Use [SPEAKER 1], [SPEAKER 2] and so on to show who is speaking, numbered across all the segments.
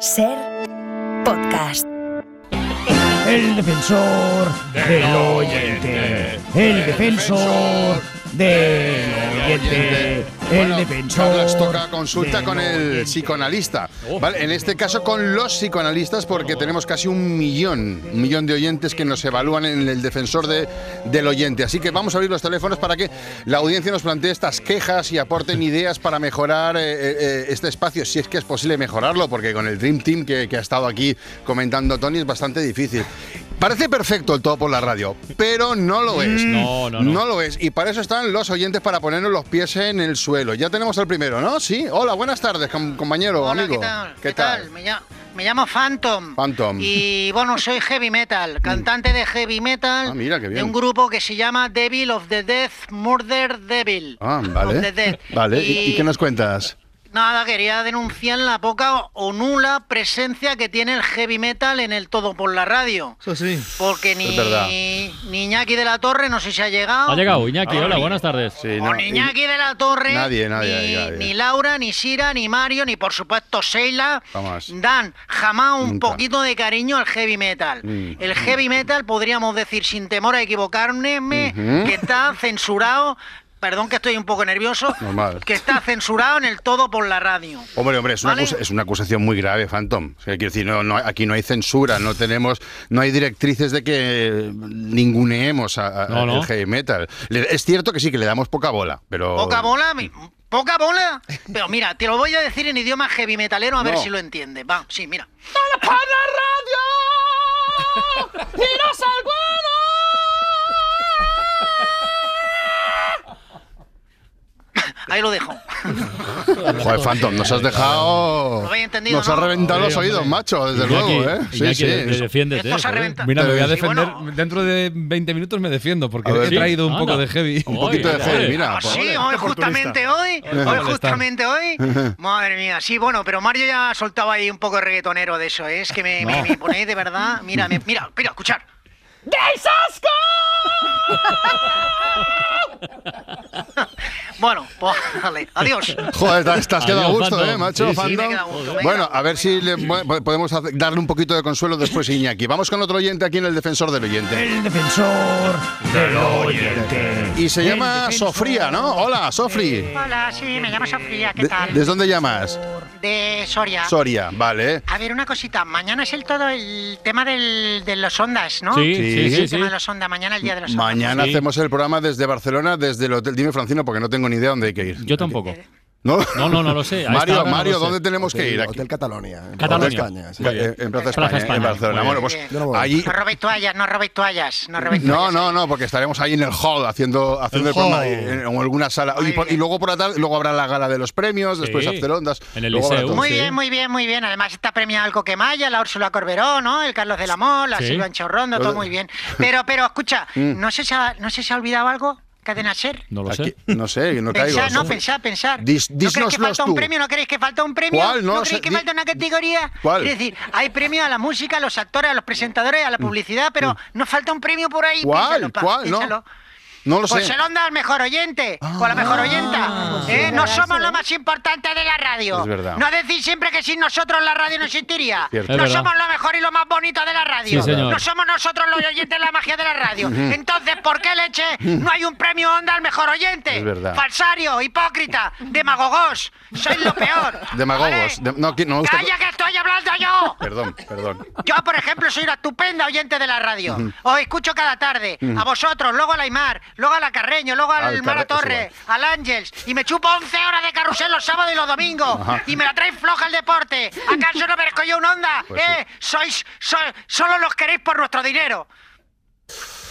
[SPEAKER 1] Ser podcast.
[SPEAKER 2] El defensor del oyente. El defensor del oyente. El
[SPEAKER 3] Bueno, Carlos,
[SPEAKER 2] defensor.
[SPEAKER 3] toca consulta
[SPEAKER 2] del
[SPEAKER 3] con el
[SPEAKER 2] oyente.
[SPEAKER 3] psicoanalista. ¿vale? En este caso con los psicoanalistas, porque tenemos casi un millón, un millón de oyentes que nos evalúan en el defensor de- del oyente. Así que vamos a abrir los teléfonos para que la audiencia nos plantee estas quejas y aporten ideas para mejorar eh, eh, eh, este espacio, si es que es posible mejorarlo, porque con el Dream Team que, que ha estado aquí comentando Tony es bastante difícil. Parece perfecto el todo por la radio, pero no lo es.
[SPEAKER 4] No, no, no.
[SPEAKER 3] Mm. No lo es. Y para eso están los oyentes, para ponernos los pies en el suelo. Ya tenemos al primero, ¿no? Sí. Hola, buenas tardes, com- compañero,
[SPEAKER 5] Hola,
[SPEAKER 3] amigo.
[SPEAKER 5] ¿Qué tal? ¿Qué tal? Me, llamo, me llamo Phantom.
[SPEAKER 3] Phantom. Mm.
[SPEAKER 5] Y bueno, soy heavy metal, cantante de heavy metal.
[SPEAKER 3] Ah, mira, qué bien.
[SPEAKER 5] De un grupo que se llama Devil of the Death, Murder Devil.
[SPEAKER 3] Ah,
[SPEAKER 5] Of the
[SPEAKER 3] vale.
[SPEAKER 5] Death.
[SPEAKER 3] Vale, ¿y, y qué nos cuentas?
[SPEAKER 5] Nada, quería denunciar la poca o nula presencia que tiene el heavy metal en el todo por la radio.
[SPEAKER 4] Eso sí.
[SPEAKER 5] Porque ni,
[SPEAKER 3] Es verdad.
[SPEAKER 5] ni Iñaki de la Torre, no sé si ha llegado.
[SPEAKER 4] Ha llegado Iñaki,
[SPEAKER 3] Ah,
[SPEAKER 4] hola,
[SPEAKER 3] sí.
[SPEAKER 4] buenas tardes.
[SPEAKER 3] Sí,
[SPEAKER 5] O ni Iñaki de la Torre,
[SPEAKER 3] Nadie, nadie,
[SPEAKER 5] ni,
[SPEAKER 3] nadie.
[SPEAKER 5] ni Laura, ni Sira, ni Mario, ni por supuesto Sheila,
[SPEAKER 3] Jamás.
[SPEAKER 5] dan jamás un
[SPEAKER 3] Nunca.
[SPEAKER 5] poquito de cariño al heavy metal.
[SPEAKER 3] Mm.
[SPEAKER 5] El heavy metal, podríamos decir sin temor a equivocarme, que está censurado, perdón que estoy un poco nervioso,
[SPEAKER 3] Normal.
[SPEAKER 5] que está censurado en el todo por la radio.
[SPEAKER 3] Hombre, hombre, es una,
[SPEAKER 5] Vale.
[SPEAKER 3] acusa- es una acusación muy grave, Phantom. O sea, quiero decir, no, no- aquí no hay censura, no tenemos, no hay directrices de que ninguneemos a, a-
[SPEAKER 4] No, no.
[SPEAKER 3] al heavy metal. Le- es cierto que sí, que le damos poca bola, pero...
[SPEAKER 5] Poca bola, mi- poca bola. Pero mira, te lo voy a decir en idioma heavy metalero a ver
[SPEAKER 3] No.
[SPEAKER 5] si lo entiendes. Va, sí, mira. Ahí lo dejo.
[SPEAKER 3] Joder, Phantom, nos has dejado...
[SPEAKER 5] Lo habéis entendido,
[SPEAKER 3] nos has
[SPEAKER 5] ¿no?
[SPEAKER 3] reventado los
[SPEAKER 4] Sí, hombre.
[SPEAKER 3] oídos, macho, desde
[SPEAKER 4] Iñaki,
[SPEAKER 3] luego, ¿eh?
[SPEAKER 4] Iñaki, de- de- defiéndete.
[SPEAKER 5] Esto se ha
[SPEAKER 4] joder.
[SPEAKER 5] reventado.
[SPEAKER 6] ¿eh? Mira, me voy a
[SPEAKER 3] Sí,
[SPEAKER 6] defender.
[SPEAKER 5] bueno.
[SPEAKER 6] Dentro de 20 minutos me defiendo porque
[SPEAKER 3] A ver.
[SPEAKER 6] he traído
[SPEAKER 4] Sí,
[SPEAKER 6] un poco
[SPEAKER 4] anda.
[SPEAKER 6] de heavy.
[SPEAKER 4] Un
[SPEAKER 3] Un poquito de
[SPEAKER 4] Oye,
[SPEAKER 3] gel,
[SPEAKER 4] oye.
[SPEAKER 3] mira.
[SPEAKER 5] Ah, sí,
[SPEAKER 3] pues.
[SPEAKER 5] hoy justamente hoy, hoy
[SPEAKER 6] Vale, está.
[SPEAKER 5] justamente hoy. Madre mía, sí, bueno, pero Mario ya soltaba ahí un poco reggaetonero de eso, ¿eh? es que me, me- me ponéis de verdad, mira, me- mira, mira, escuchar. bueno, pues vale, adiós.
[SPEAKER 3] Joder, te has- te has quedado a
[SPEAKER 4] Adiós,
[SPEAKER 3] gusto,
[SPEAKER 4] Fandom.
[SPEAKER 3] ¿eh, macho?
[SPEAKER 4] Sí, sí.
[SPEAKER 3] Fandom.
[SPEAKER 5] Me he quedado a gusto, me he
[SPEAKER 3] Bueno,
[SPEAKER 5] quedado
[SPEAKER 3] a ver
[SPEAKER 5] a gusto,
[SPEAKER 3] si le- bueno, podemos hacer- darle un poquito de consuelo después a Iñaki. Vamos con otro oyente aquí en el defensor del oyente.
[SPEAKER 2] El defensor del oyente.
[SPEAKER 3] Y se
[SPEAKER 2] El
[SPEAKER 3] llama
[SPEAKER 2] defensor-
[SPEAKER 3] Sofría, ¿no? Hola, Sofri.
[SPEAKER 5] Hola, sí, me llamo Sofía, Eh, ¿qué
[SPEAKER 3] ¿De-
[SPEAKER 5] tal? Ah.
[SPEAKER 3] ¿Desde dónde llamas?
[SPEAKER 5] De Soria.
[SPEAKER 3] Soria, vale.
[SPEAKER 5] A ver, una cosita, mañana es el todo el tema del, de los ondas, ¿no?
[SPEAKER 4] Sí,
[SPEAKER 3] Sí.
[SPEAKER 4] sí,
[SPEAKER 5] El
[SPEAKER 4] sí, sí.
[SPEAKER 5] tema de los ondas, mañana el día de los ondas.
[SPEAKER 3] Mañana
[SPEAKER 4] Sí.
[SPEAKER 3] hacemos el programa desde Barcelona, desde el hotel. Dime, Francino, porque no tengo ni idea dónde hay que ir.
[SPEAKER 4] Yo tampoco.
[SPEAKER 5] ¿eh?
[SPEAKER 3] ¿No?
[SPEAKER 4] No, no, no lo sé. A esta
[SPEAKER 3] Mario,
[SPEAKER 4] hora no
[SPEAKER 3] Mario,
[SPEAKER 4] lo sé.
[SPEAKER 3] ¿dónde tenemos que ir? Aquí.
[SPEAKER 7] Hotel Catalonia.
[SPEAKER 4] Catalonia.
[SPEAKER 7] Hotel España, sí.
[SPEAKER 4] Muy bien.
[SPEAKER 3] Eh, En Plaza
[SPEAKER 4] Plaza
[SPEAKER 3] España, en
[SPEAKER 4] España,
[SPEAKER 3] Barcelona.
[SPEAKER 4] muy
[SPEAKER 3] Bueno,
[SPEAKER 4] bien.
[SPEAKER 3] pues
[SPEAKER 7] Yo no voy.
[SPEAKER 3] allí
[SPEAKER 5] No robéis toallas, no robéis toallas, no robéis
[SPEAKER 3] No,
[SPEAKER 5] toallas.
[SPEAKER 3] no, no, porque estaremos ahí en el hall haciendo, haciendo el,
[SPEAKER 4] hall.
[SPEAKER 3] programa en, en alguna sala. Y,
[SPEAKER 5] Muy
[SPEAKER 3] por- y
[SPEAKER 5] bien.
[SPEAKER 3] luego por la tarde, luego habrá la gala de los premios, después
[SPEAKER 4] Sí.
[SPEAKER 3] After Ondas.
[SPEAKER 4] En el
[SPEAKER 3] luego habrá
[SPEAKER 4] Liceu.
[SPEAKER 3] todo.
[SPEAKER 5] Muy
[SPEAKER 4] Sí.
[SPEAKER 5] bien, muy bien, muy bien. Además está premiado el Coquemaya, la Úrsula Corberó, ¿no? El Carlos del Amor, la
[SPEAKER 4] Sí.
[SPEAKER 5] Silvia Enchorrondo, todo muy bien. Pero, pero, escucha, ¿no se, os ha- ¿no se os ha olvidado algo? Cadena Ser.
[SPEAKER 4] No lo
[SPEAKER 3] Pues Aquí-
[SPEAKER 4] sé.
[SPEAKER 3] Mm. no sé, no caigo.
[SPEAKER 5] Pensad, no,
[SPEAKER 3] Sofri.
[SPEAKER 5] pensad, pensad.
[SPEAKER 3] Dis-
[SPEAKER 5] ¿No creéis que
[SPEAKER 3] dísnoslos
[SPEAKER 5] falta
[SPEAKER 3] tú.
[SPEAKER 5] un premio? ¿No creéis que falta un premio?
[SPEAKER 3] ¿Cuál? No
[SPEAKER 5] ¿No
[SPEAKER 3] lo
[SPEAKER 5] creéis
[SPEAKER 3] sé.
[SPEAKER 5] que
[SPEAKER 3] Di-
[SPEAKER 5] falta una categoría?
[SPEAKER 3] ¿Cuál? Mm.
[SPEAKER 5] Es decir, hay premio a la música, a los actores, a los presentadores, a la publicidad, pero nos falta un premio por ahí.
[SPEAKER 3] ¿Cuál?
[SPEAKER 5] Piénsalo, pa,
[SPEAKER 3] ¿Cuál? No.
[SPEAKER 5] piénsalo.
[SPEAKER 3] No lo sé.
[SPEAKER 5] Pues el onda al mejor oyente o la
[SPEAKER 3] Ah.
[SPEAKER 5] mejor oyenta. ¿eh? No somos lo más importante de la radio.
[SPEAKER 3] Pues Es verdad.
[SPEAKER 5] No decís siempre que sin nosotros la radio no existiría.
[SPEAKER 3] Cierto.
[SPEAKER 4] Es
[SPEAKER 5] No
[SPEAKER 4] verdad.
[SPEAKER 5] somos lo mejor y lo más bonito de la radio.
[SPEAKER 4] Sí, señor.
[SPEAKER 5] No somos nosotros los oyentes la magia de la radio. Entonces, ¿por qué leche no hay un premio onda al mejor oyente?
[SPEAKER 3] Es verdad.
[SPEAKER 5] Falsario, hipócrita, demagogos. Sois lo peor. ¿Vale?
[SPEAKER 3] Demagogos. De- no, que- no me gusta-
[SPEAKER 5] ¡Calla que estoy hablando yo!
[SPEAKER 3] Perdón, perdón.
[SPEAKER 5] Yo, por ejemplo, soy una estupenda oyente de la radio. Os escucho cada tarde. A vosotros, luego a la Aymar, luego a la Carreño, luego al,
[SPEAKER 3] Al Carre-
[SPEAKER 5] Mara
[SPEAKER 3] es
[SPEAKER 5] Torres, al Ángels. Y me chupo 11 horas de carrusel los sábados y los domingos. Y me la traéis floja el deporte. ¿Acaso no merezco yo una onda?
[SPEAKER 3] Pues sí.
[SPEAKER 5] ¿Eh? Sois, so- solo los queréis por nuestro dinero.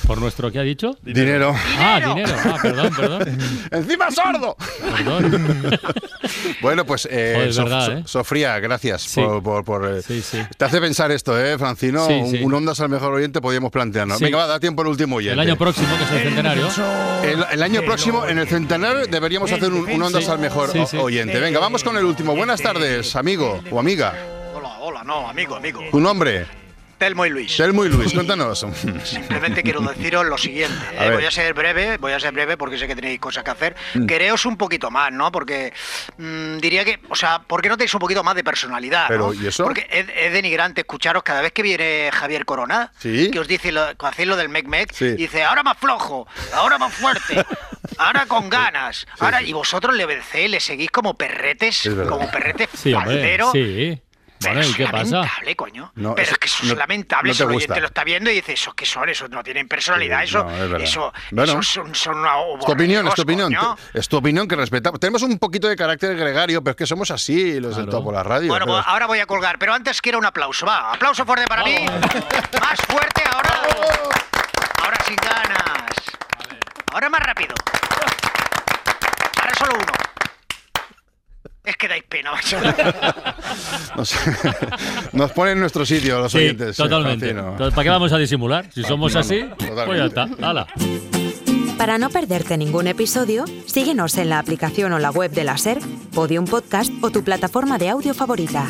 [SPEAKER 4] ¿Por nuestro qué ha dicho?
[SPEAKER 3] Dinero.
[SPEAKER 4] Ah,
[SPEAKER 5] Dinero.
[SPEAKER 4] dinero. Ah, perdón, perdón.
[SPEAKER 3] ¡Encima sordo!
[SPEAKER 4] perdón.
[SPEAKER 3] Bueno, pues eh,
[SPEAKER 4] Joder, es
[SPEAKER 3] Sof-
[SPEAKER 4] verdad,
[SPEAKER 3] So-
[SPEAKER 4] ¿eh?
[SPEAKER 3] Sofría, gracias
[SPEAKER 4] Sí.
[SPEAKER 3] por... por- por, eh,
[SPEAKER 4] Sí, sí.
[SPEAKER 3] Te hace pensar esto, ¿eh, Francino?
[SPEAKER 4] Sí,
[SPEAKER 3] Un-
[SPEAKER 4] sí.
[SPEAKER 3] Un Ondas al mejor oyente podíamos plantearnos.
[SPEAKER 4] Sí.
[SPEAKER 3] Venga, va, da tiempo al último oyente.
[SPEAKER 4] El año próximo, que es el
[SPEAKER 2] El
[SPEAKER 4] centenario.
[SPEAKER 2] defensor-
[SPEAKER 3] El, el año próximo, en el centenar, deberíamos hacer un, un Ondas
[SPEAKER 4] Sí,
[SPEAKER 3] al mejor
[SPEAKER 4] sí, sí. Este,
[SPEAKER 3] o- oyente. Venga, vamos con el último. Buenas tardes, amigo o amiga.
[SPEAKER 5] Hola, hola, no, amigo, amigo.
[SPEAKER 3] ¿Tu nombre?
[SPEAKER 5] Telmo y Luis.
[SPEAKER 3] Telmo y Luis, cuéntanos.
[SPEAKER 5] Simplemente quiero deciros lo siguiente.
[SPEAKER 3] A
[SPEAKER 5] eh,
[SPEAKER 3] ver. Mm.
[SPEAKER 5] voy a ser breve, voy a ser breve porque sé que tenéis cosas que hacer. Quereos un poquito más, ¿no? Porque mm, diría que, o sea, ¿por qué no tenéis un poquito más de personalidad?
[SPEAKER 3] Pero,
[SPEAKER 5] ¿no?
[SPEAKER 3] ¿y eso?
[SPEAKER 5] Porque es, es denigrante escucharos cada vez que viene Javier Corona,
[SPEAKER 3] Sí.
[SPEAKER 5] que os dice, lo, que hacéis lo del Mec Mec,
[SPEAKER 3] Sí.
[SPEAKER 5] y dice, ahora más flojo, ahora más fuerte. Ahora con ganas. ahora, y vosotros le obedecéis, le seguís como perretes,
[SPEAKER 3] Es verdad.
[SPEAKER 5] como perretes
[SPEAKER 4] Sí, hombre.
[SPEAKER 5] falderos.
[SPEAKER 4] Sí.
[SPEAKER 5] Pero
[SPEAKER 4] Bueno, ¿y
[SPEAKER 5] es
[SPEAKER 4] qué pasa?
[SPEAKER 5] lamentable, coño.
[SPEAKER 3] No,
[SPEAKER 5] pero
[SPEAKER 3] eso-
[SPEAKER 5] es que eso
[SPEAKER 3] no-
[SPEAKER 5] es lamentable.
[SPEAKER 3] no te
[SPEAKER 5] eso el
[SPEAKER 3] gusta.
[SPEAKER 5] oyente lo está viendo y dice, ¿esos que son? Esos no tienen personalidad.
[SPEAKER 3] Sí,
[SPEAKER 5] Eso,
[SPEAKER 3] no, es verdad.
[SPEAKER 5] eso,
[SPEAKER 3] Bueno.
[SPEAKER 5] eso son, son una
[SPEAKER 3] Es tu opinión, es tu
[SPEAKER 5] borregos,
[SPEAKER 3] opinión.
[SPEAKER 5] coño.
[SPEAKER 3] te- Es tu opinión que respetamos. Tenemos un poquito de carácter gregario, pero es que somos así los del
[SPEAKER 4] Claro.
[SPEAKER 3] Topo, la radio.
[SPEAKER 5] Bueno,
[SPEAKER 3] pero-
[SPEAKER 5] pues ahora voy a colgar, pero antes quiero un aplauso. Va, aplauso fuerte para mí. Más fuerte ahora. Ahora sin ganas. Ahora más rápido. Ahora solo uno. Es que dais pena, macho.
[SPEAKER 3] nos, nos ponen en nuestro sitio los
[SPEAKER 4] Sí,
[SPEAKER 3] oyentes.
[SPEAKER 4] totalmente.
[SPEAKER 3] Francino.
[SPEAKER 4] Entonces, ¿Para qué vamos a disimular? Si somos
[SPEAKER 3] no,
[SPEAKER 4] así,
[SPEAKER 3] no,
[SPEAKER 4] pues ya
[SPEAKER 3] totalmente.
[SPEAKER 4] está. Hala.
[SPEAKER 1] Para no perderte ningún episodio, síguenos en la aplicación o la web de la SER, Podium Podcast o tu plataforma de audio favorita.